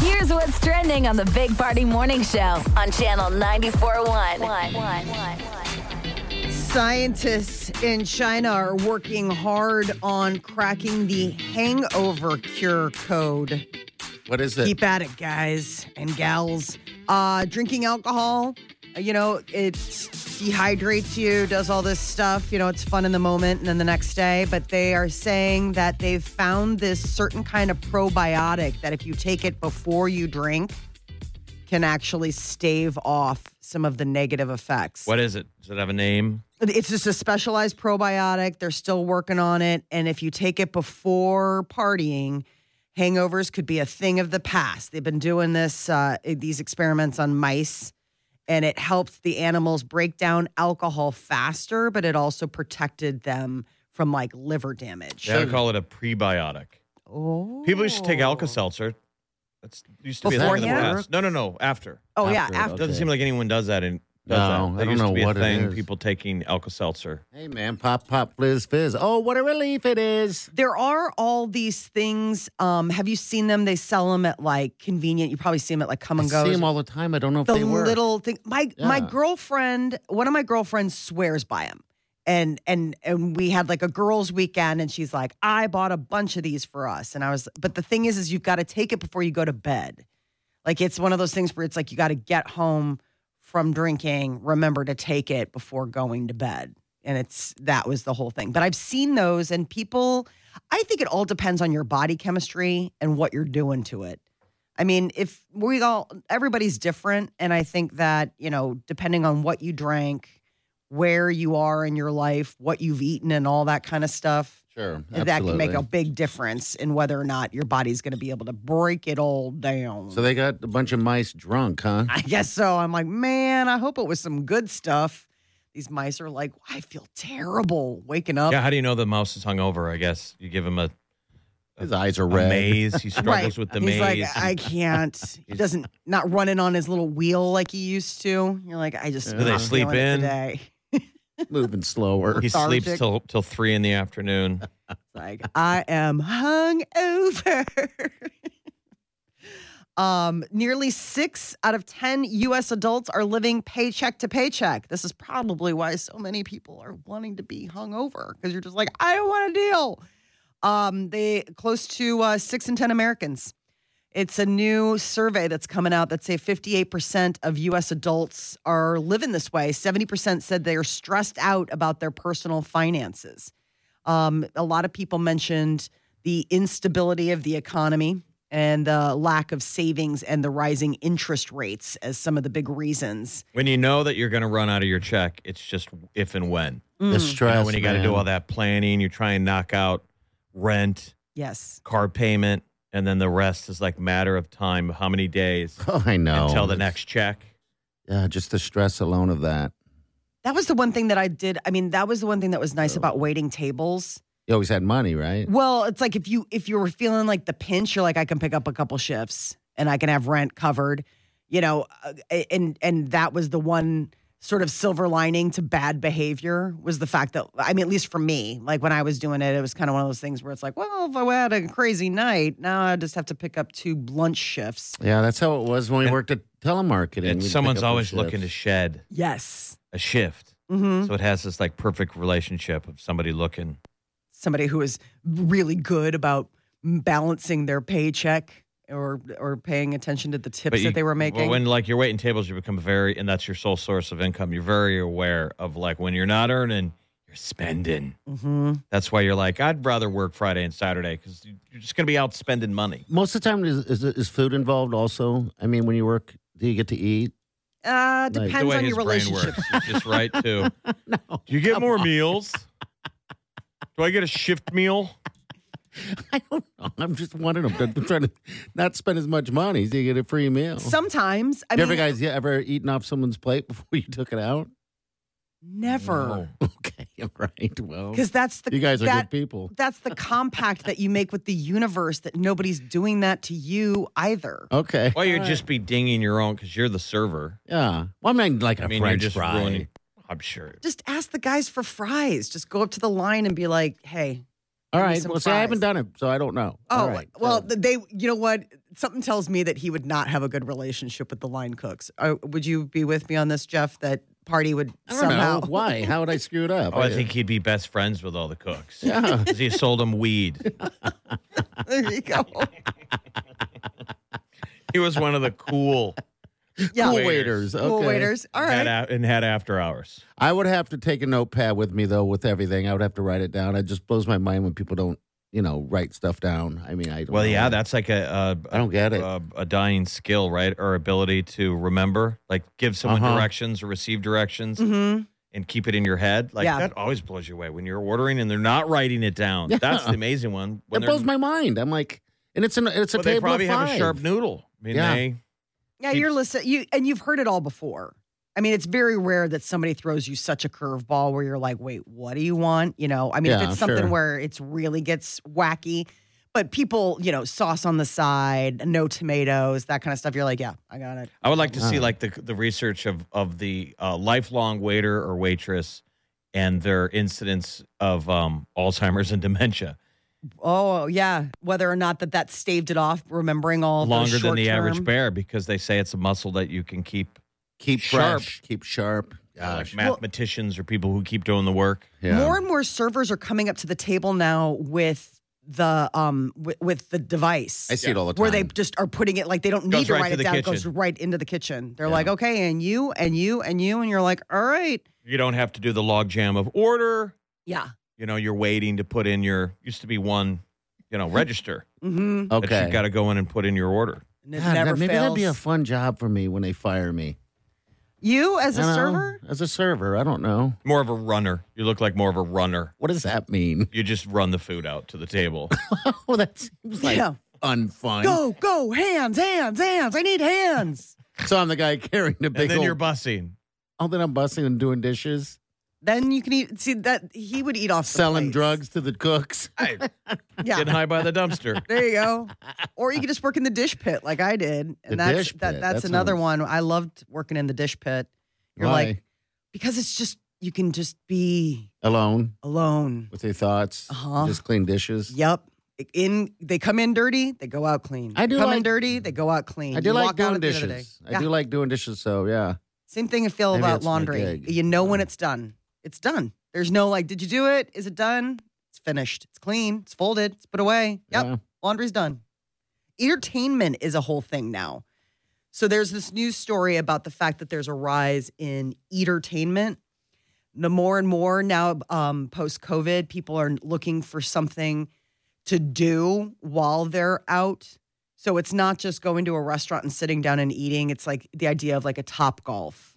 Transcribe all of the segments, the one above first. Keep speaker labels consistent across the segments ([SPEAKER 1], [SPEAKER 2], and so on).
[SPEAKER 1] Here's what's trending on the Big Party Morning Show on Channel 94.1.
[SPEAKER 2] Scientists in China are working hard on cracking the hangover cure code.
[SPEAKER 3] What is it?
[SPEAKER 2] Keep at it, guys and gals. Uh, drinking alcohol, you know, it dehydrates you, does all this stuff. You know, it's fun in the moment and then the next day. But they are saying that they've found this certain kind of probiotic that if you take it before you drink, can actually stave off some of the negative effects.
[SPEAKER 3] What is it? Does it have a name?
[SPEAKER 2] It's just a specialized probiotic. They're still working on it. And if you take it before partying, hangovers could be a thing of the past. They've been doing this, uh, these experiments on mice and it helped the animals break down alcohol faster, but it also protected them from like liver damage.
[SPEAKER 3] They call it a prebiotic.
[SPEAKER 2] Oh.
[SPEAKER 3] People used to take Alka Seltzer. That's used to Before be a thing in the past. No, no, no. After.
[SPEAKER 2] Oh after, yeah, after.
[SPEAKER 3] Doesn't okay. seem like anyone does that in. Does
[SPEAKER 4] no,
[SPEAKER 3] that.
[SPEAKER 4] That I don't
[SPEAKER 3] used
[SPEAKER 4] know
[SPEAKER 3] to be
[SPEAKER 4] what
[SPEAKER 3] a thing,
[SPEAKER 4] it is.
[SPEAKER 3] People taking Alka Seltzer.
[SPEAKER 4] Hey man, pop, pop, fizz, fizz. Oh, what a relief it is.
[SPEAKER 2] There are all these things. Um, have you seen them? They sell them at like convenient. You probably see them at like Come
[SPEAKER 4] I
[SPEAKER 2] and Go.
[SPEAKER 4] see them all the time. I don't know if
[SPEAKER 2] the
[SPEAKER 4] they work.
[SPEAKER 2] little thing. My
[SPEAKER 4] Yeah.
[SPEAKER 2] my girlfriend, one of my girlfriends swears by him. And and and we had like a girls' weekend, and she's like, I bought a bunch of these for us. And I was, but the thing is, is you've got to take it before you go to bed. Like it's one of those things where it's like you got to get home from drinking, remember to take it before going to bed. And it's that was the whole thing. But I've seen those, and people, I think it all depends on your body chemistry and what you're doing to it. I mean, if we all, everybody's different. And I think that, you know, depending on what you drank, where you are in your life, what you've eaten, and all that kind of stuff,
[SPEAKER 4] Sure,
[SPEAKER 2] that can make a
[SPEAKER 4] absolutely.
[SPEAKER 2] big difference in whether or not your body's going to be able to break it all down.
[SPEAKER 4] So they got a bunch of mice drunk, huh?
[SPEAKER 2] I guess so. I'm like, man, I hope it was some good stuff. These mice are like, I feel terrible waking
[SPEAKER 4] Oh.
[SPEAKER 2] up.
[SPEAKER 3] Yeah. How do you know the mouse is hungover? I guess you give him a,
[SPEAKER 4] His eyes are
[SPEAKER 3] a
[SPEAKER 4] red.
[SPEAKER 3] maze. He struggles
[SPEAKER 2] Right.
[SPEAKER 3] with the
[SPEAKER 2] He's
[SPEAKER 3] maze.
[SPEAKER 2] like, I can't. He doesn't not running on his little wheel like he used to. You're like, I just not
[SPEAKER 4] Do they
[SPEAKER 2] feeling
[SPEAKER 3] sleep
[SPEAKER 2] it
[SPEAKER 3] in?
[SPEAKER 2] today.
[SPEAKER 4] Moving slower.
[SPEAKER 3] he sleeps
[SPEAKER 2] lethargic.
[SPEAKER 3] till till three in the afternoon.
[SPEAKER 2] like I am hungover. um, nearly six out of ten U.S. adults are living paycheck to paycheck. This is probably why so many people are wanting to be hungover because you're just like, I don't want to deal. Um, they close to uh, six in ten Americans. It's a new survey that's coming out that say 58% of US adults are living this way. 70% said they are stressed out about their personal finances. Um, a lot of people mentioned the instability of the economy and the lack of savings and the rising interest rates as some of the big reasons.
[SPEAKER 3] When you know that you're going to run out of your check, it's just if and when.
[SPEAKER 4] the
[SPEAKER 3] You
[SPEAKER 2] Mm,
[SPEAKER 4] stress.
[SPEAKER 3] Mm. know, when you got to
[SPEAKER 4] man.
[SPEAKER 3] do all that planning, you try and knock out rent,
[SPEAKER 2] Yes.
[SPEAKER 3] car payment, and then the rest is like matter of time, how many days
[SPEAKER 4] Oh, I know.
[SPEAKER 3] until the next check.
[SPEAKER 4] Yeah, just the stress alone of that.
[SPEAKER 2] That was the one thing that I did. I mean, that was the one thing that was nice about waiting tables.
[SPEAKER 4] You always had money,
[SPEAKER 3] Mm.
[SPEAKER 4] right?
[SPEAKER 2] Well, it's like if you if you were feeling like the pinch, you're like I can pick up a couple shifts and I can have rent covered, you know, uh, and and that was the one sort of silver lining to bad behavior was the fact that I mean at least for me, like when I was doing it, it was kind of one of those things where it's like, well, if I had a crazy night, now I just have to pick up two lunch shifts.
[SPEAKER 4] Yeah, that's how it was when we worked at telemarketing.
[SPEAKER 3] And
[SPEAKER 4] We'd pick
[SPEAKER 3] someone's
[SPEAKER 4] up our
[SPEAKER 3] always looking to
[SPEAKER 4] shifts.
[SPEAKER 3] shed
[SPEAKER 2] Yes.
[SPEAKER 3] a shift.
[SPEAKER 2] hmm
[SPEAKER 3] So it has this like perfect relationship of somebody looking.
[SPEAKER 2] somebody who is really good about balancing their paycheck or or paying attention to the tips
[SPEAKER 3] But you-
[SPEAKER 2] that they were making.
[SPEAKER 3] When like you're waiting tables, you become very, and that's your sole source of income. You're very aware of like when you're not earning, you're spending.
[SPEAKER 2] hmm
[SPEAKER 3] That's why you're like, I'd rather work Friday and Saturday because you're just going to be out spending money.
[SPEAKER 4] Most of the time, is, is, is food involved also? I mean, when you work, do you get to eat?
[SPEAKER 2] Uh,
[SPEAKER 4] the way
[SPEAKER 2] depends
[SPEAKER 3] the way
[SPEAKER 2] on
[SPEAKER 3] his
[SPEAKER 2] your
[SPEAKER 3] brain
[SPEAKER 2] relationship.
[SPEAKER 3] works. He's just right too.
[SPEAKER 4] No.
[SPEAKER 3] Do you get more meals? Do I get a shift meal?
[SPEAKER 4] I don't know. I'm just one of them. I'm trying to not spend as much money so you get a free meal.
[SPEAKER 2] Sometimes I
[SPEAKER 4] you
[SPEAKER 2] mean,
[SPEAKER 4] ever guys you ever eaten off someone's plate before you took it out?
[SPEAKER 2] never
[SPEAKER 4] Okay, all right. Well,
[SPEAKER 2] because that's the
[SPEAKER 4] you guys are
[SPEAKER 2] that-
[SPEAKER 4] good people.
[SPEAKER 2] That's the compact that you make with the universe that nobody's doing that to you either.
[SPEAKER 4] Okay.
[SPEAKER 3] Well, you'd
[SPEAKER 4] all
[SPEAKER 3] just be dinging your own because you're the server.
[SPEAKER 4] right. yeah. Well, I mean, like a
[SPEAKER 3] I mean,
[SPEAKER 4] French
[SPEAKER 3] you're just
[SPEAKER 4] fry.
[SPEAKER 3] ruining. I'm sure.
[SPEAKER 2] Just ask the guys for fries. Just go up to the line and be like, "Hey,
[SPEAKER 4] All
[SPEAKER 2] Give me
[SPEAKER 4] right.
[SPEAKER 2] some
[SPEAKER 4] Well, see, I
[SPEAKER 2] fries.
[SPEAKER 4] haven't done it, so I don't know.
[SPEAKER 2] oh,
[SPEAKER 4] All right.
[SPEAKER 2] well,
[SPEAKER 4] So-
[SPEAKER 2] th- they, you know what? Something tells me that he would not have a good relationship with the line cooks. Uh, would you be with me on this, Jeff? That party would
[SPEAKER 4] I don't
[SPEAKER 2] somehow.
[SPEAKER 4] know. Why? How would I screw it up?
[SPEAKER 3] Oh, I think he'd be best friends with all the cooks.
[SPEAKER 4] Yeah.
[SPEAKER 3] 'Cause he sold them weed.
[SPEAKER 2] there you go.
[SPEAKER 3] He was one of the cool
[SPEAKER 2] Yeah,
[SPEAKER 4] Cool waiters. Okay.
[SPEAKER 2] Cool waiters. All right.
[SPEAKER 3] had a- and had after hours.
[SPEAKER 4] I would have to take a notepad with me though with everything. I would have to write it down. It just blows my mind when people don't, you know, write stuff down. I mean, I don't
[SPEAKER 3] Well,
[SPEAKER 4] know.
[SPEAKER 3] yeah, that's like a
[SPEAKER 4] I don't get
[SPEAKER 3] a,
[SPEAKER 4] it.
[SPEAKER 3] a, a dying skill, right? Or ability to remember, like give someone
[SPEAKER 4] Uh-huh.
[SPEAKER 3] directions or receive directions
[SPEAKER 2] Mm-hmm.
[SPEAKER 3] and keep it in your head. Like
[SPEAKER 2] Yeah.
[SPEAKER 3] that always blows you away when you're ordering and they're not writing it down.
[SPEAKER 4] Yeah.
[SPEAKER 3] That's the amazing one.
[SPEAKER 4] it
[SPEAKER 3] they're-
[SPEAKER 4] blows my mind. I'm like, and it's an it's a
[SPEAKER 3] well,
[SPEAKER 4] table
[SPEAKER 3] they probably
[SPEAKER 4] of five.
[SPEAKER 3] have a sharp noodle. I mean,
[SPEAKER 4] Yeah.
[SPEAKER 3] they,
[SPEAKER 2] Yeah, you're
[SPEAKER 3] Keeps-
[SPEAKER 2] listening. You and you've heard it all before. I mean, it's very rare that somebody throws you such a curveball where you're like, "Wait, what do you want?" You know, I mean, if
[SPEAKER 4] Yeah,
[SPEAKER 2] it's something
[SPEAKER 4] sure.
[SPEAKER 2] where it's really gets wacky, but people, you know, sauce on the side, no tomatoes, that kind of stuff. You're like, "Yeah, I got it."
[SPEAKER 3] I would like to see
[SPEAKER 4] Wow.
[SPEAKER 3] like the the research of of the uh, lifelong waiter or waitress and their incidents of um, Alzheimer's and dementia
[SPEAKER 2] Oh, yeah. Whether or not that that staved it off, remembering all
[SPEAKER 3] longer
[SPEAKER 2] those
[SPEAKER 3] than the average
[SPEAKER 2] short-term-
[SPEAKER 3] bear because they say it's a muscle that you can keep.
[SPEAKER 4] Keep
[SPEAKER 3] Sharp. Oh,
[SPEAKER 4] fresh. Keep sharp.
[SPEAKER 3] like
[SPEAKER 4] Gosh.
[SPEAKER 3] mathematicians or people who keep doing the work.
[SPEAKER 4] yeah.
[SPEAKER 2] More and more servers are coming up to the table now with the um with, with the device.
[SPEAKER 4] I see it all the time.
[SPEAKER 2] where they just are putting it like they don't
[SPEAKER 3] Goes
[SPEAKER 2] need to
[SPEAKER 3] right
[SPEAKER 2] write
[SPEAKER 3] to
[SPEAKER 2] it
[SPEAKER 3] the
[SPEAKER 2] down. It
[SPEAKER 3] kitchen.
[SPEAKER 2] goes right into the kitchen. They're like, okay, and you and you and you, and you're like, all right,
[SPEAKER 3] You don't have to do the logjam of order.
[SPEAKER 2] yeah,
[SPEAKER 3] You know, you're waiting to put in your used to be one, you know, register
[SPEAKER 2] mm-hmm.
[SPEAKER 4] okay.
[SPEAKER 3] that you've got to go in and put in your order.
[SPEAKER 2] And it
[SPEAKER 4] God,
[SPEAKER 2] never
[SPEAKER 4] that- maybe
[SPEAKER 2] fails.
[SPEAKER 4] that'd be a fun job for me when they fire me.
[SPEAKER 2] you as a
[SPEAKER 4] I don't know.
[SPEAKER 2] server.
[SPEAKER 4] As a server, I don't know.
[SPEAKER 3] More of a runner. You look like more of a runner.
[SPEAKER 4] What does that mean?
[SPEAKER 3] You just run the food out to the table.
[SPEAKER 4] well, that seems like
[SPEAKER 2] Yeah.
[SPEAKER 4] unfun.
[SPEAKER 2] Go, go, hands, hands, hands. I need hands.
[SPEAKER 4] So I'm the guy carrying the big
[SPEAKER 3] and then
[SPEAKER 4] old.
[SPEAKER 3] you're bussing.
[SPEAKER 4] oh, then I'm busting and doing dishes,
[SPEAKER 2] then you can eat. See that he would eat off the
[SPEAKER 4] selling
[SPEAKER 2] plates.
[SPEAKER 4] drugs to the cooks.
[SPEAKER 3] Hey,
[SPEAKER 2] Yeah.
[SPEAKER 3] Getting high by the dumpster.
[SPEAKER 2] There you go. Or you could just work in the dish pit like I did. And
[SPEAKER 4] The
[SPEAKER 2] that's
[SPEAKER 4] dish
[SPEAKER 2] that,
[SPEAKER 4] pit,
[SPEAKER 2] that's
[SPEAKER 4] that
[SPEAKER 2] another
[SPEAKER 4] sounds-
[SPEAKER 2] one. I loved working in the dish pit. You're
[SPEAKER 4] Why?
[SPEAKER 2] like because it's just you can just be
[SPEAKER 4] alone
[SPEAKER 2] alone.
[SPEAKER 4] with your thoughts.
[SPEAKER 2] Uh-huh.
[SPEAKER 4] Just clean dishes.
[SPEAKER 2] Yep. In they come in dirty, they go out clean.
[SPEAKER 4] I do
[SPEAKER 2] come in
[SPEAKER 4] like-
[SPEAKER 2] dirty, they go out clean.
[SPEAKER 4] I do
[SPEAKER 2] You
[SPEAKER 4] like
[SPEAKER 2] walk out
[SPEAKER 4] doing
[SPEAKER 2] at the end of the
[SPEAKER 4] dishes.
[SPEAKER 2] day.
[SPEAKER 4] I
[SPEAKER 2] Yeah.
[SPEAKER 4] do like doing dishes. So yeah,
[SPEAKER 2] Same thing I feel
[SPEAKER 4] Maybe
[SPEAKER 2] about
[SPEAKER 4] it's my
[SPEAKER 2] laundry.
[SPEAKER 4] gig.
[SPEAKER 2] You know when it's done. It's done. There's no like, did you do it? Is it done? It's finished. It's clean. It's folded. It's put away. Yep.
[SPEAKER 4] Yeah.
[SPEAKER 2] Laundry's done. Entertainment is a whole thing now. So there's this news story about the fact that there's a rise in entertainment. The more and more now, um, post COVID, people are looking for something to do while they're out. So it's not just going to a restaurant and sitting down and eating. It's like the idea of like a top golf.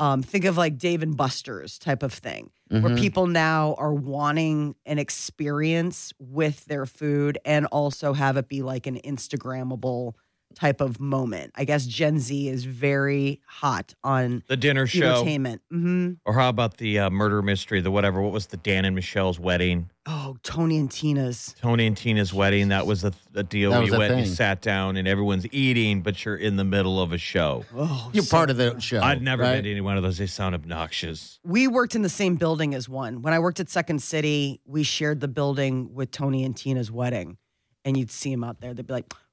[SPEAKER 2] Um, think of like Dave and Buster's type of thing, where
[SPEAKER 4] Mhm.
[SPEAKER 2] people now are wanting an experience with their food and also have it be like an Instagrammable type of moment. I guess Gen Z is very hot on
[SPEAKER 3] The dinner show.
[SPEAKER 2] entertainment. hmm
[SPEAKER 3] Or how about the uh, murder mystery, the whatever? What was the Dan and Michelle's wedding?
[SPEAKER 2] Oh, Tony and Tina's.
[SPEAKER 3] Tony and Tina's wedding. That was a, a deal.
[SPEAKER 4] That
[SPEAKER 3] where
[SPEAKER 4] was
[SPEAKER 3] you
[SPEAKER 4] a
[SPEAKER 3] went and
[SPEAKER 4] thing.
[SPEAKER 3] you sat down and everyone's eating, but you're in the middle of a show.
[SPEAKER 2] Oh,
[SPEAKER 4] you're
[SPEAKER 2] so
[SPEAKER 4] part of the show.
[SPEAKER 3] I've never
[SPEAKER 4] right?
[SPEAKER 3] been to any one of those. They sound obnoxious.
[SPEAKER 2] we worked in the same building as one. When I worked at Second City, we shared the building with Tony and Tina's wedding, and you'd see him out there. They'd be like,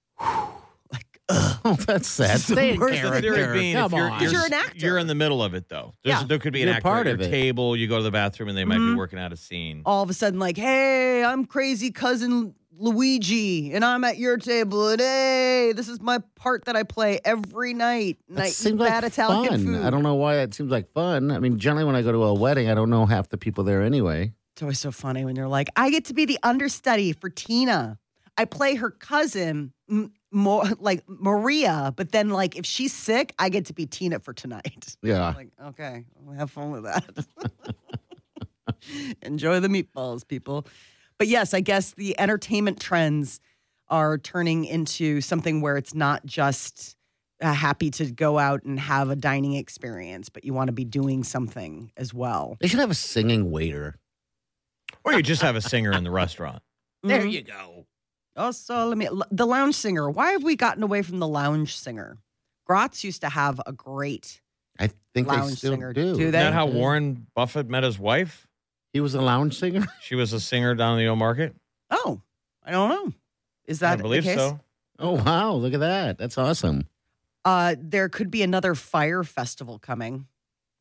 [SPEAKER 2] like, ugh.
[SPEAKER 4] Oh, that's sad.
[SPEAKER 2] This is the
[SPEAKER 4] Stay in
[SPEAKER 2] worst thing.
[SPEAKER 4] character.
[SPEAKER 3] Theory being, if
[SPEAKER 4] Come
[SPEAKER 3] you're,
[SPEAKER 4] on.
[SPEAKER 3] you're,
[SPEAKER 2] You're an actor.
[SPEAKER 3] You're in the middle of it, though. There's,
[SPEAKER 2] Yeah.
[SPEAKER 3] There could be an
[SPEAKER 4] You're
[SPEAKER 3] actor
[SPEAKER 4] part
[SPEAKER 3] at your
[SPEAKER 4] of it.
[SPEAKER 3] table. You go to the bathroom and they might
[SPEAKER 2] Mm-hmm.
[SPEAKER 3] be working out a scene.
[SPEAKER 2] all of a sudden, like, hey, I'm crazy cousin Luigi, and I'm at your table, and hey, this is my part that I play every night, and I
[SPEAKER 4] That
[SPEAKER 2] eat
[SPEAKER 4] seems
[SPEAKER 2] bad
[SPEAKER 4] like
[SPEAKER 2] Italian
[SPEAKER 4] fun.
[SPEAKER 2] food.
[SPEAKER 4] I don't know why that seems like fun. I mean, generally when I go to a wedding, I don't know half the people there anyway.
[SPEAKER 2] It's always so funny when they're like, I get to be the understudy for Tina. I play her cousin, m- more like Maria, but then like if she's sick, I get to be Tina for tonight.
[SPEAKER 4] Yeah.
[SPEAKER 2] like, okay, well, have fun with that. Enjoy the meatballs, people. But yes, I guess the entertainment trends are turning into something where it's not just uh, happy to go out and have a dining experience, but you want to be doing something as well.
[SPEAKER 4] They should have a singing waiter.
[SPEAKER 3] Or you just have a singer in the restaurant.
[SPEAKER 4] There you go.
[SPEAKER 2] Also, Mm-hmm. Oh, let me the lounge singer. Why have we gotten away from the lounge singer? Gratz used to have a great.
[SPEAKER 4] I think they
[SPEAKER 2] Lounge
[SPEAKER 4] still
[SPEAKER 2] singer,
[SPEAKER 4] do.
[SPEAKER 2] do
[SPEAKER 3] Isn't
[SPEAKER 2] they?
[SPEAKER 3] that how Warren Buffett met his wife?
[SPEAKER 4] He was a lounge singer.
[SPEAKER 3] She was a singer down in the old market.
[SPEAKER 2] Oh, I don't know. Is that
[SPEAKER 3] I believe
[SPEAKER 2] the case?
[SPEAKER 3] so.
[SPEAKER 4] Oh wow! Look at that. That's awesome.
[SPEAKER 2] Uh, there could be another fire festival coming.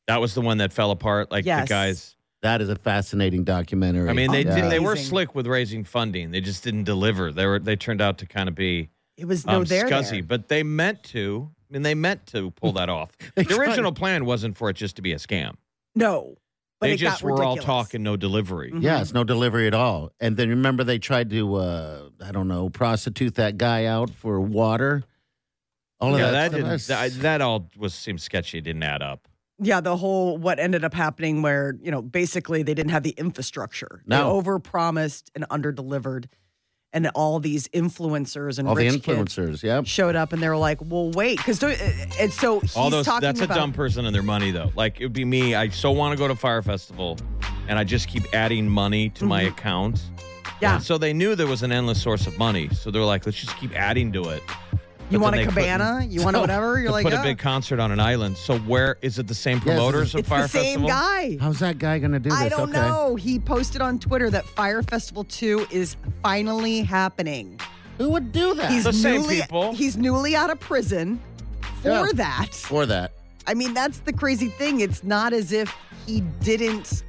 [SPEAKER 3] That was the one that fell apart. Like
[SPEAKER 2] Yes.
[SPEAKER 3] the guys.
[SPEAKER 4] That is a fascinating documentary. Oh,
[SPEAKER 3] I mean, they
[SPEAKER 4] Yeah.
[SPEAKER 3] did, they were
[SPEAKER 2] Amazing.
[SPEAKER 3] slick with raising funding. They just didn't deliver. They were they turned out to kind of be
[SPEAKER 2] It was no
[SPEAKER 3] um,
[SPEAKER 2] there.
[SPEAKER 3] scuzzy,
[SPEAKER 2] there.
[SPEAKER 3] but they meant to. I mean, they meant to pull that off.
[SPEAKER 4] They
[SPEAKER 3] the
[SPEAKER 4] tried.
[SPEAKER 3] original plan wasn't for it just to be a scam.
[SPEAKER 2] No, but
[SPEAKER 3] they
[SPEAKER 2] it
[SPEAKER 3] just
[SPEAKER 2] got
[SPEAKER 3] were all
[SPEAKER 2] ridiculous.
[SPEAKER 3] talk and no delivery.
[SPEAKER 2] Mhm.
[SPEAKER 4] Yeah, it's no delivery at all. And then remember they tried to uh I don't know, prostitute that guy out for water. All of
[SPEAKER 3] yeah,
[SPEAKER 4] that,
[SPEAKER 3] that
[SPEAKER 4] stuff.
[SPEAKER 3] didn't, that,
[SPEAKER 4] That's-
[SPEAKER 3] that all was seemed sketchy. It didn't add up.
[SPEAKER 2] Yeah, the whole what ended up happening where, you know, basically they didn't have the infrastructure.
[SPEAKER 4] No.
[SPEAKER 2] They overpromised and underdelivered and all these influencers and
[SPEAKER 4] all the
[SPEAKER 2] rich
[SPEAKER 4] influencers, yeah.
[SPEAKER 2] kids showed up and they were like, "Well, wait, cuz uh, and so he's
[SPEAKER 3] All those
[SPEAKER 2] talking
[SPEAKER 3] that's
[SPEAKER 2] about
[SPEAKER 3] a dumb person and their money though. Like it would be me. I so want to go to Fire Festival, and I just keep adding money to my account.
[SPEAKER 2] Mm-hmm. Yeah.
[SPEAKER 3] And so they knew there was an endless source of money. So they're like, let's just keep adding to it.
[SPEAKER 2] You
[SPEAKER 3] But
[SPEAKER 2] want
[SPEAKER 3] then
[SPEAKER 2] a
[SPEAKER 3] they
[SPEAKER 2] cabana?
[SPEAKER 3] couldn't.
[SPEAKER 2] You want a
[SPEAKER 3] So
[SPEAKER 2] whatever? You're
[SPEAKER 3] they
[SPEAKER 2] like, "Oh."
[SPEAKER 3] put
[SPEAKER 2] "Yeah."
[SPEAKER 3] a big concert on an island. So where is it? The same
[SPEAKER 4] it's-
[SPEAKER 3] promoters of
[SPEAKER 2] It's
[SPEAKER 3] Fire
[SPEAKER 2] the same
[SPEAKER 3] Festival?
[SPEAKER 2] guy.
[SPEAKER 4] How's that guy gonna do this?
[SPEAKER 2] I don't
[SPEAKER 4] okay.
[SPEAKER 2] know. He posted on Twitter that Fire Festival 2 is finally happening.
[SPEAKER 4] Who would do that?
[SPEAKER 2] He's
[SPEAKER 3] The same
[SPEAKER 2] newly
[SPEAKER 3] people.
[SPEAKER 2] he's newly out of prison for
[SPEAKER 4] Yeah.
[SPEAKER 2] that.
[SPEAKER 4] for that.
[SPEAKER 2] I mean, that's the crazy thing. It's not as if he didn't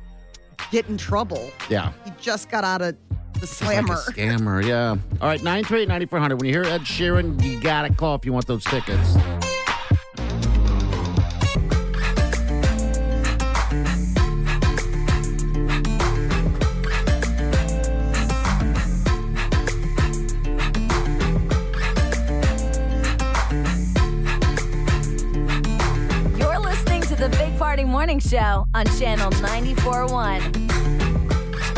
[SPEAKER 2] get in trouble.
[SPEAKER 4] Yeah.
[SPEAKER 2] He just got out of the
[SPEAKER 4] Like a
[SPEAKER 2] slammer.
[SPEAKER 4] scammer, yeah. All right, 938-9400. When you hear Ed Sheeran, you gotta call if you want those tickets.
[SPEAKER 1] You're listening to the Big Party Morning Show on Channel 94.1.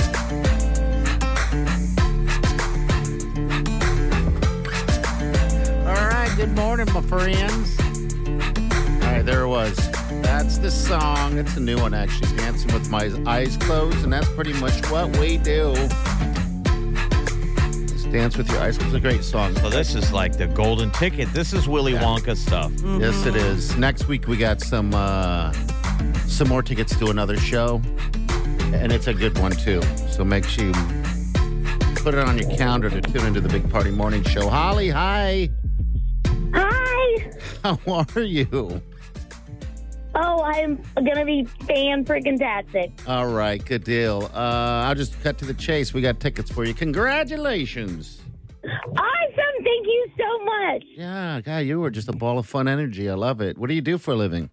[SPEAKER 4] All right, good morning, my friends. All right, there it was. That's the song. It's a new one, actually. Dancing with my eyes closed, and that's pretty much what we do. Just dance with your eyes closed. It's a great song.
[SPEAKER 3] So this is like the golden ticket. This is Willy
[SPEAKER 4] Yeah.
[SPEAKER 3] Wonka stuff.
[SPEAKER 2] Mm.
[SPEAKER 4] Yes, it is. Next week we got some uh, some more tickets to another show, and it's a good one too. So make sure you put it on your calendar to tune into the Big Party Morning Show. Holly, hi.
[SPEAKER 5] Hi.
[SPEAKER 4] How are you?
[SPEAKER 5] Oh, I'm gonna be fan freaking tastic.
[SPEAKER 4] All right, good deal. Uh, I'll just cut to the chase. We got tickets for you. Congratulations.
[SPEAKER 5] Awesome. Thank you so much.
[SPEAKER 4] Yeah, guy, you were just a ball of fun energy. I love it. What do you do for a living?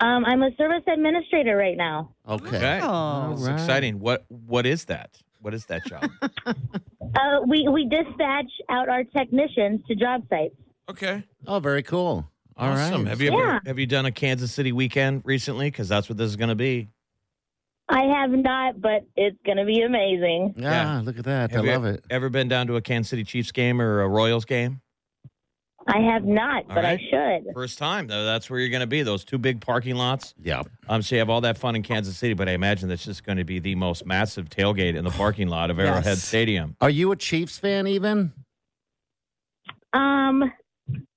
[SPEAKER 5] Um, I'm a service administrator right now.
[SPEAKER 4] Okay.
[SPEAKER 3] Okay.
[SPEAKER 2] Oh.
[SPEAKER 3] It's
[SPEAKER 4] All right.
[SPEAKER 3] exciting. What what is that? What is that job?
[SPEAKER 5] Uh, we we dispatch out our technicians to job sites.
[SPEAKER 3] okay.
[SPEAKER 4] Oh, very cool. All right.
[SPEAKER 3] awesome. Have you ever
[SPEAKER 5] Yeah.
[SPEAKER 3] have you done a Kansas City weekend recently? Because that's what this is going to be.
[SPEAKER 5] I have not, but it's gonna be amazing.
[SPEAKER 4] Yeah,
[SPEAKER 3] Yeah.
[SPEAKER 4] look at that.
[SPEAKER 3] Have
[SPEAKER 4] I
[SPEAKER 3] you
[SPEAKER 4] love it.
[SPEAKER 3] Ever been down to a Kansas City Chiefs game or a Royals game?
[SPEAKER 5] I have not,
[SPEAKER 3] All
[SPEAKER 5] but
[SPEAKER 3] right.
[SPEAKER 5] I should.
[SPEAKER 3] First time though. That's where you're going to be. Those two big parking lots.
[SPEAKER 4] Yeah.
[SPEAKER 3] Um, so you have all that fun in Kansas City, but I imagine that's just going to be the most massive tailgate in the parking lot of Arrowhead
[SPEAKER 2] Yes.
[SPEAKER 3] Stadium.
[SPEAKER 4] Are you a Chiefs fan even?
[SPEAKER 5] Um,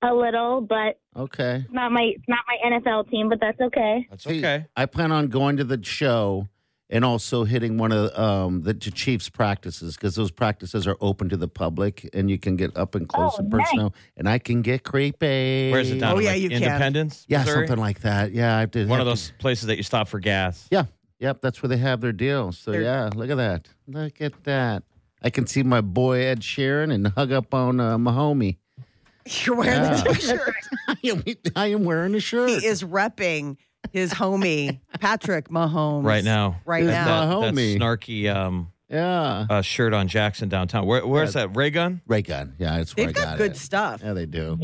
[SPEAKER 5] a little, but
[SPEAKER 4] Okay.
[SPEAKER 5] not my it's not my NFL team, but that's okay.
[SPEAKER 3] That's
[SPEAKER 4] See,
[SPEAKER 3] okay.
[SPEAKER 4] I plan on going to the show and also hitting one of um, the t- Chiefs practices because those practices are open to the public and you can get up and close
[SPEAKER 5] Oh,
[SPEAKER 4] and
[SPEAKER 5] nice.
[SPEAKER 4] personal. And I can get creepy.
[SPEAKER 3] Where's it down?
[SPEAKER 2] Oh,
[SPEAKER 3] in,
[SPEAKER 2] yeah,
[SPEAKER 3] like,
[SPEAKER 2] you can.
[SPEAKER 3] Independence.
[SPEAKER 4] Yeah,
[SPEAKER 3] Missouri?
[SPEAKER 4] something like that. Yeah, I did.
[SPEAKER 3] One of
[SPEAKER 4] have to-
[SPEAKER 3] those places that you stop for gas.
[SPEAKER 4] Yeah. Yep. That's where they have their deal. So,
[SPEAKER 2] They're-
[SPEAKER 4] yeah, look at that. Look at that. I can see my boy Ed Sheeran and hug up on uh, Mahomie.
[SPEAKER 2] You're wearing
[SPEAKER 4] Yeah.
[SPEAKER 2] the t-shirt.
[SPEAKER 4] I am, I am wearing a shirt.
[SPEAKER 2] he is repping his homie Patrick Mahomes
[SPEAKER 3] Right now.
[SPEAKER 2] Right
[SPEAKER 4] Is
[SPEAKER 3] That,
[SPEAKER 2] now.
[SPEAKER 4] My
[SPEAKER 3] that
[SPEAKER 4] homie.
[SPEAKER 3] snarky um,
[SPEAKER 4] Yeah.
[SPEAKER 3] uh, shirt on Jackson downtown. Where, where's that? Ray gun?
[SPEAKER 4] Ray gun. Yeah, that's where
[SPEAKER 2] They've
[SPEAKER 4] I
[SPEAKER 2] got
[SPEAKER 4] got
[SPEAKER 2] good
[SPEAKER 4] it.
[SPEAKER 2] stuff.
[SPEAKER 4] Yeah, they do.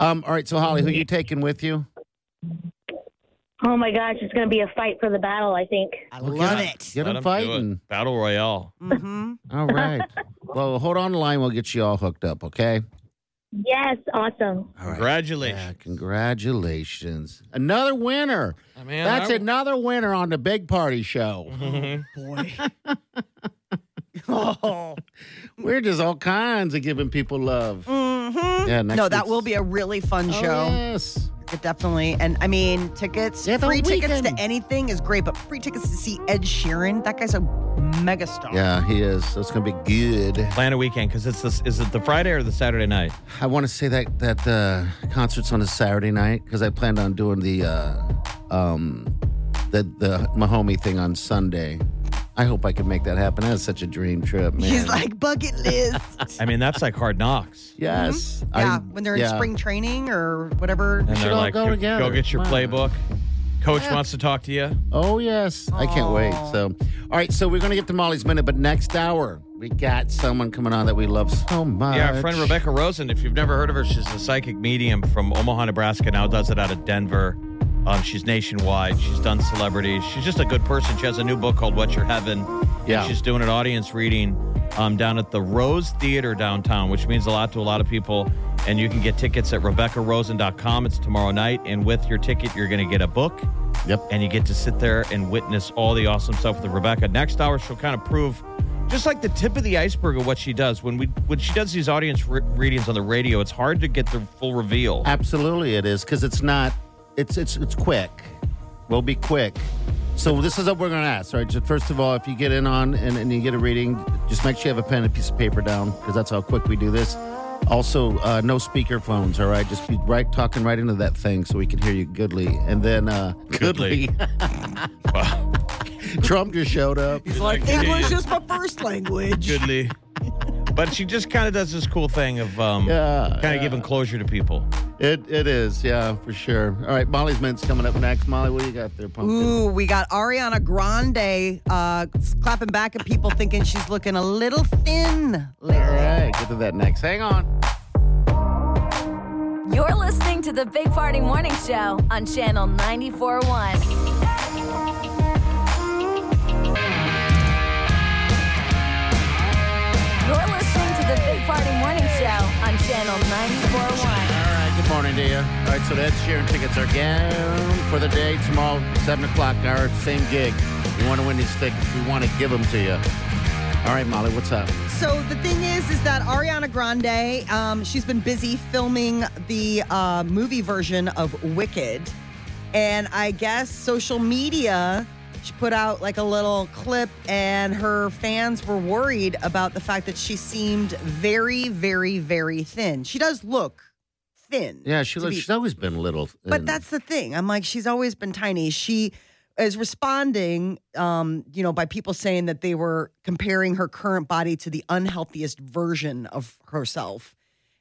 [SPEAKER 4] Um, all right, so Holly, who you taking with you?
[SPEAKER 5] Oh my gosh, it's going to be a fight for the battle, I think.
[SPEAKER 2] I
[SPEAKER 4] Look
[SPEAKER 2] love
[SPEAKER 4] at-
[SPEAKER 2] it.
[SPEAKER 3] Let
[SPEAKER 4] Get them
[SPEAKER 3] 'em do it.
[SPEAKER 4] fighting.
[SPEAKER 3] Battle Royale.
[SPEAKER 2] Mm-hmm.
[SPEAKER 4] All right. well, hold on the line. We'll get you all hooked up, okay?
[SPEAKER 5] Yes, awesome.
[SPEAKER 4] All right. Yeah,
[SPEAKER 3] Congratulations.
[SPEAKER 4] congratulations. Another winner.
[SPEAKER 3] Oh, man,
[SPEAKER 4] That's
[SPEAKER 3] I-
[SPEAKER 4] another winner on the Big Party Show.
[SPEAKER 3] Mhm.
[SPEAKER 2] Boy. oh.
[SPEAKER 4] We're just all kinds of giving people love.
[SPEAKER 2] Mm-hmm.
[SPEAKER 4] Yeah, next
[SPEAKER 2] no, that
[SPEAKER 4] week's-
[SPEAKER 2] will be a really fun
[SPEAKER 4] Oh,
[SPEAKER 2] show.
[SPEAKER 4] yes.
[SPEAKER 2] But definitely. And I mean, tickets,
[SPEAKER 4] Yeah, the
[SPEAKER 2] free tickets to
[SPEAKER 4] weekend.
[SPEAKER 2] anything is great, but free tickets to see Ed Sheeran, that guy's a megastar.
[SPEAKER 4] Yeah, he is. So it's going to be good.
[SPEAKER 3] Plan a weekend because it's this. Is it the Friday or the Saturday night?
[SPEAKER 4] I want to say that that uh, concert's on a Saturday night because I planned on doing the uh, um, the the Mahomie thing on Sunday. I hope I can make that happen. That is such a dream trip, man.
[SPEAKER 2] He's like bucket list.
[SPEAKER 3] I mean, that's like hard knocks.
[SPEAKER 4] yes, I-
[SPEAKER 2] mm-hmm. yeah, when they're in
[SPEAKER 4] yeah.
[SPEAKER 2] spring training or whatever.
[SPEAKER 3] And
[SPEAKER 4] should
[SPEAKER 3] they're
[SPEAKER 4] all
[SPEAKER 3] like,
[SPEAKER 4] go
[SPEAKER 3] go,
[SPEAKER 4] together.
[SPEAKER 3] go get your
[SPEAKER 4] Come on.
[SPEAKER 3] playbook. Coach wants to talk to you.
[SPEAKER 4] Oh yes, I can't wait. So, all right, so we're gonna get to Molly's minute, but next hour we got someone coming on that we love so much.
[SPEAKER 3] Yeah, our friend Rebecca Rosen. If you've never heard of her, she's a psychic medium from Omaha, Nebraska. Now does it out of Denver. Um, she's nationwide. She's done celebrities. She's just a good person. She has a new book called "What's Your Heaven."
[SPEAKER 4] Yeah.
[SPEAKER 3] she's doing an audience reading um, down at the Rose Theater downtown, which means a lot to a lot of people. And you can get tickets at RebeccaRosen.com. It's tomorrow night, and with your ticket, you're going to get a book
[SPEAKER 4] Yep.
[SPEAKER 3] and you get to sit there and witness all the awesome stuff with Rebecca. Next hour, she'll kind of prove just like the tip of the iceberg of what she does. When we when she does these audience re- readings on the radio, it's hard to get the full reveal.
[SPEAKER 4] Absolutely, it is because it's not. It's it's it's quick. We'll be quick. So this is what we're going to ask. All right. Just first of all, if you get in on and, and you get a reading, just make sure you have a pen and a piece of paper down because that's how quick we do this. Also, uh, no speaker phones. All right. Just be right talking right into that thing so we can hear you goodly. And then uh,
[SPEAKER 3] Goodly. Wow.
[SPEAKER 4] Trump just showed up.
[SPEAKER 2] He's like,
[SPEAKER 3] Like,
[SPEAKER 2] English
[SPEAKER 3] yeah.
[SPEAKER 2] is my first language.
[SPEAKER 3] Goodly. But she just kind of does this cool thing of um,
[SPEAKER 4] Yeah,
[SPEAKER 3] kind of giving closure to people.
[SPEAKER 4] It it is. Yeah, for sure. All right. Molly's mints coming up next. Molly, what do you got there, pumpkin?
[SPEAKER 2] Ooh, we got Ariana Grande uh, clapping back at people thinking she's looking a little thin
[SPEAKER 4] All
[SPEAKER 2] lately.
[SPEAKER 4] right. Get to that next. Hang on.
[SPEAKER 1] You're listening to the Big Party Morning Show on Channel 94.1. You're listening to the Big Party Morning Show on Channel 94.1.
[SPEAKER 4] All right, good morning to you. All right, so that's Sharon tickets are down for the day tomorrow, 7 o'clock, our same gig. You want to win these tickets, we want to give them to you. All right, Molly, what's up?
[SPEAKER 2] So the thing is, is that Ariana Grande, um, she's been busy filming the uh, movie version of Wicked, and I guess social media, she put out like a little clip, and her fans were worried about the fact that she seemed very, very, very thin. She does look thin.
[SPEAKER 4] Yeah, she
[SPEAKER 2] to
[SPEAKER 4] looks,
[SPEAKER 2] be-
[SPEAKER 4] she's always been little.
[SPEAKER 2] but
[SPEAKER 4] and-
[SPEAKER 2] that's the thing. I'm like, she's always been tiny. She is responding, um, you know, by people saying that they were comparing her current body to the unhealthiest version of herself.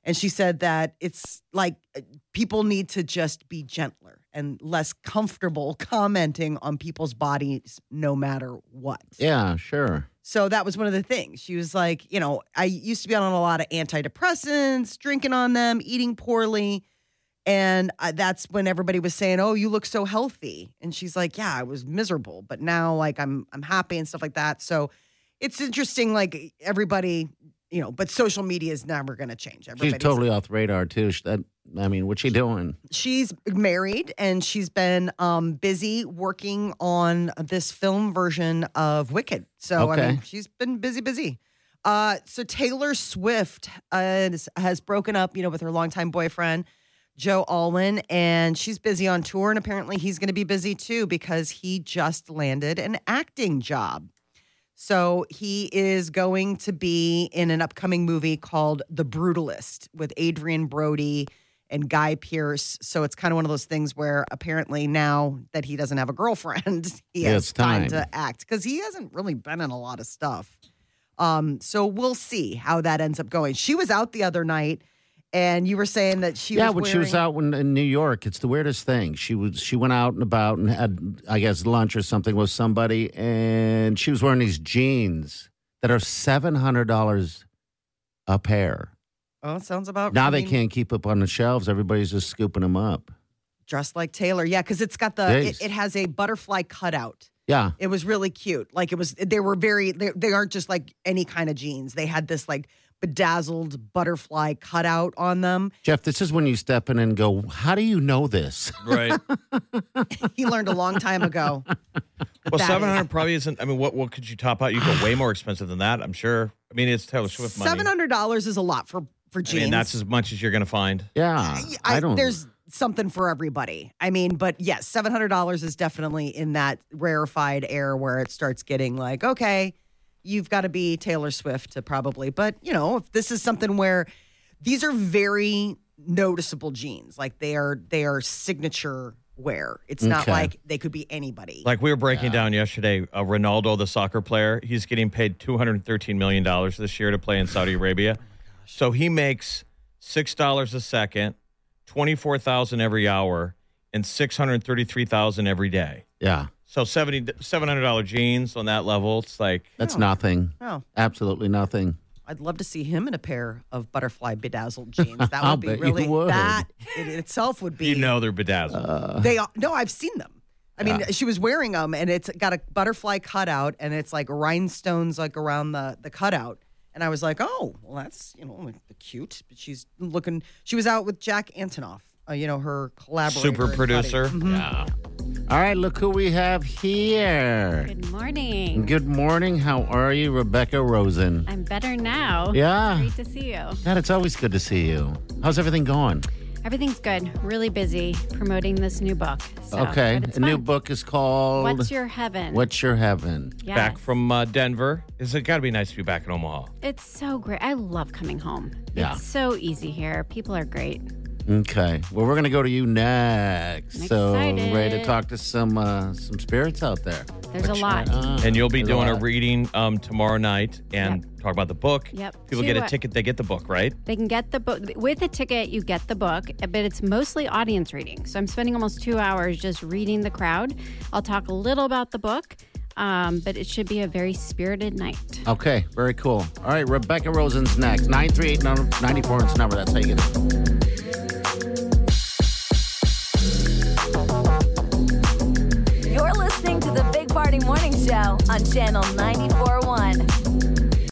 [SPEAKER 2] And she said that it's like uh, people need to just be gentler and less comfortable commenting on people's bodies no matter what.
[SPEAKER 4] Yeah, sure.
[SPEAKER 2] So that was one of the things. She was like, you know, I used to be on a lot of antidepressants, drinking on them, eating poorly. And I, that's when everybody was saying, "Oh, you look so healthy." And she's like, "Yeah, I was miserable, but now like I'm I'm happy and stuff like that." So it's interesting like everybody, you know, but social media is never going to change. Everybody's
[SPEAKER 4] She's totally off the radar, too. She- That, I mean, what's she doing?
[SPEAKER 2] she's married and she's been um, busy working on this film version of Wicked. So I
[SPEAKER 4] Okay.
[SPEAKER 2] mean, she's been busy, busy. Uh, so Taylor Swift uh, is- has broken up, you know, with her longtime boyfriend Joe Alwyn, and she's busy on tour, and apparently he's going to be busy too because he just landed an acting job. So he is going to be in an upcoming movie called The Brutalist with Adrian Brody and Guy Pearce. So it's kind of one of those things where apparently now that he doesn't have a girlfriend, he
[SPEAKER 4] Yeah,
[SPEAKER 2] has
[SPEAKER 4] it's
[SPEAKER 2] time.
[SPEAKER 4] time.
[SPEAKER 2] to act because he hasn't really been in a lot of stuff. Um, so we'll see how that ends up going. She was out the other night, and you were saying that she
[SPEAKER 4] yeah,
[SPEAKER 2] was
[SPEAKER 4] when she was
[SPEAKER 2] wearing-
[SPEAKER 4] out when, in New York, it's the weirdest thing. She was she went out and about and had, I guess, lunch or something with somebody, and she was wearing these jeans that are seven hundred dollars a pair.
[SPEAKER 2] Oh, sounds about
[SPEAKER 4] Now
[SPEAKER 2] I
[SPEAKER 4] they
[SPEAKER 2] mean,
[SPEAKER 4] can't keep up on the shelves. Everybody's just scooping them up.
[SPEAKER 2] Dressed like Taylor. Yeah, because it's got the,
[SPEAKER 4] Nice.
[SPEAKER 2] it, it has a butterfly cutout.
[SPEAKER 4] Yeah.
[SPEAKER 2] It was really cute. Like it was, they were very, they, they aren't just like any kind of jeans. They had this like bedazzled butterfly cutout on them.
[SPEAKER 4] Jeff, this is when you step in and go, How do you know this?
[SPEAKER 3] Right.
[SPEAKER 2] He learned a long time ago.
[SPEAKER 3] Well,
[SPEAKER 2] That
[SPEAKER 3] seven
[SPEAKER 2] is-
[SPEAKER 3] hundred probably isn't. I mean, what what could you top out? You go way more expensive than that. I'm sure. I mean, it's Taylor Swift money.
[SPEAKER 2] Seven hundred dollars is a lot for for
[SPEAKER 3] I
[SPEAKER 2] jeans.
[SPEAKER 3] mean, that's as much as you're going to find.
[SPEAKER 4] Yeah. I, don't.
[SPEAKER 2] There's something for everybody. I mean, but yes, seven hundred dollars is definitely in that rarefied air where it starts getting like, okay, you've got to be Taylor Swift to probably. But you know, if this is something where these are very noticeable jeans, like they are they are signature wear. It's not
[SPEAKER 4] Okay.
[SPEAKER 2] like they could be anybody.
[SPEAKER 3] Like we were breaking down yesterday, uh, Ronaldo, the soccer player, he's getting paid two hundred thirteen million dollars this year to play in Saudi Arabia.
[SPEAKER 4] Oh
[SPEAKER 3] so he makes six dollars a second, twenty four thousand every hour, and six hundred thirty three thousand every day.
[SPEAKER 4] yeah.
[SPEAKER 3] So 70 700 dollar jeans on that level. It's like
[SPEAKER 4] That's nothing.
[SPEAKER 2] oh,
[SPEAKER 4] Absolutely nothing.
[SPEAKER 2] I'd love to see him in a pair of butterfly bedazzled jeans. That
[SPEAKER 4] I'll
[SPEAKER 2] would be
[SPEAKER 4] bet you
[SPEAKER 2] really
[SPEAKER 4] would.
[SPEAKER 2] that in itself would be
[SPEAKER 3] you know they're bedazzled.
[SPEAKER 4] Uh,
[SPEAKER 2] They are, no, I've seen them. I mean, she was wearing them, and it's got a butterfly cutout, and it's like rhinestones like around the the cutout. And I was like, oh, well, that's you know like, cute. But she's looking. She was out with Jack Antonoff, uh, you know, her collaborator,
[SPEAKER 3] Super
[SPEAKER 2] and buddy.
[SPEAKER 3] producer.
[SPEAKER 6] Mm-hmm.
[SPEAKER 4] Yeah. All right, look who we have here.
[SPEAKER 6] Good morning.
[SPEAKER 4] Good morning. How are you, Rebecca Rosen?
[SPEAKER 6] I'm better now.
[SPEAKER 4] Yeah.
[SPEAKER 6] Great to see you.
[SPEAKER 4] God, it's always good to see you. How's everything going?
[SPEAKER 6] Everything's good. Really busy promoting this new book. So,
[SPEAKER 4] okay.
[SPEAKER 6] but it's
[SPEAKER 4] A new
[SPEAKER 6] fun.
[SPEAKER 4] book is called
[SPEAKER 6] What's your heaven?
[SPEAKER 4] What's Your Heaven?
[SPEAKER 6] Yes.
[SPEAKER 3] Back from uh, Denver. Is it got to be nice to be back in Omaha?
[SPEAKER 6] It's so great. I love coming home.
[SPEAKER 4] Yeah.
[SPEAKER 6] It's so easy here. People are great.
[SPEAKER 4] Okay. Well, we're going to go to you next.
[SPEAKER 6] I'm
[SPEAKER 4] so,
[SPEAKER 6] excited.
[SPEAKER 4] ready to talk to some uh, some spirits out there. Ah,
[SPEAKER 6] There's a lot.
[SPEAKER 3] And you'll be
[SPEAKER 4] There's a
[SPEAKER 3] doing a,
[SPEAKER 4] lot.
[SPEAKER 3] reading um, tomorrow night and talk about the book.
[SPEAKER 6] Yep.
[SPEAKER 3] People
[SPEAKER 6] Two,
[SPEAKER 3] get a
[SPEAKER 6] uh,
[SPEAKER 3] ticket, they get the book, right?
[SPEAKER 6] They can get the book with a ticket. You get the book, but it's mostly audience reading. So I'm spending almost two hours just reading the crowd. I'll talk a little about the book, um, but it should be a very spirited night.
[SPEAKER 4] Okay. Very cool. All right. Rebecca Rosen's next. 938 94 is number. That's how you get it.
[SPEAKER 1] You're listening to the Big Party Morning Show on Channel 94.1.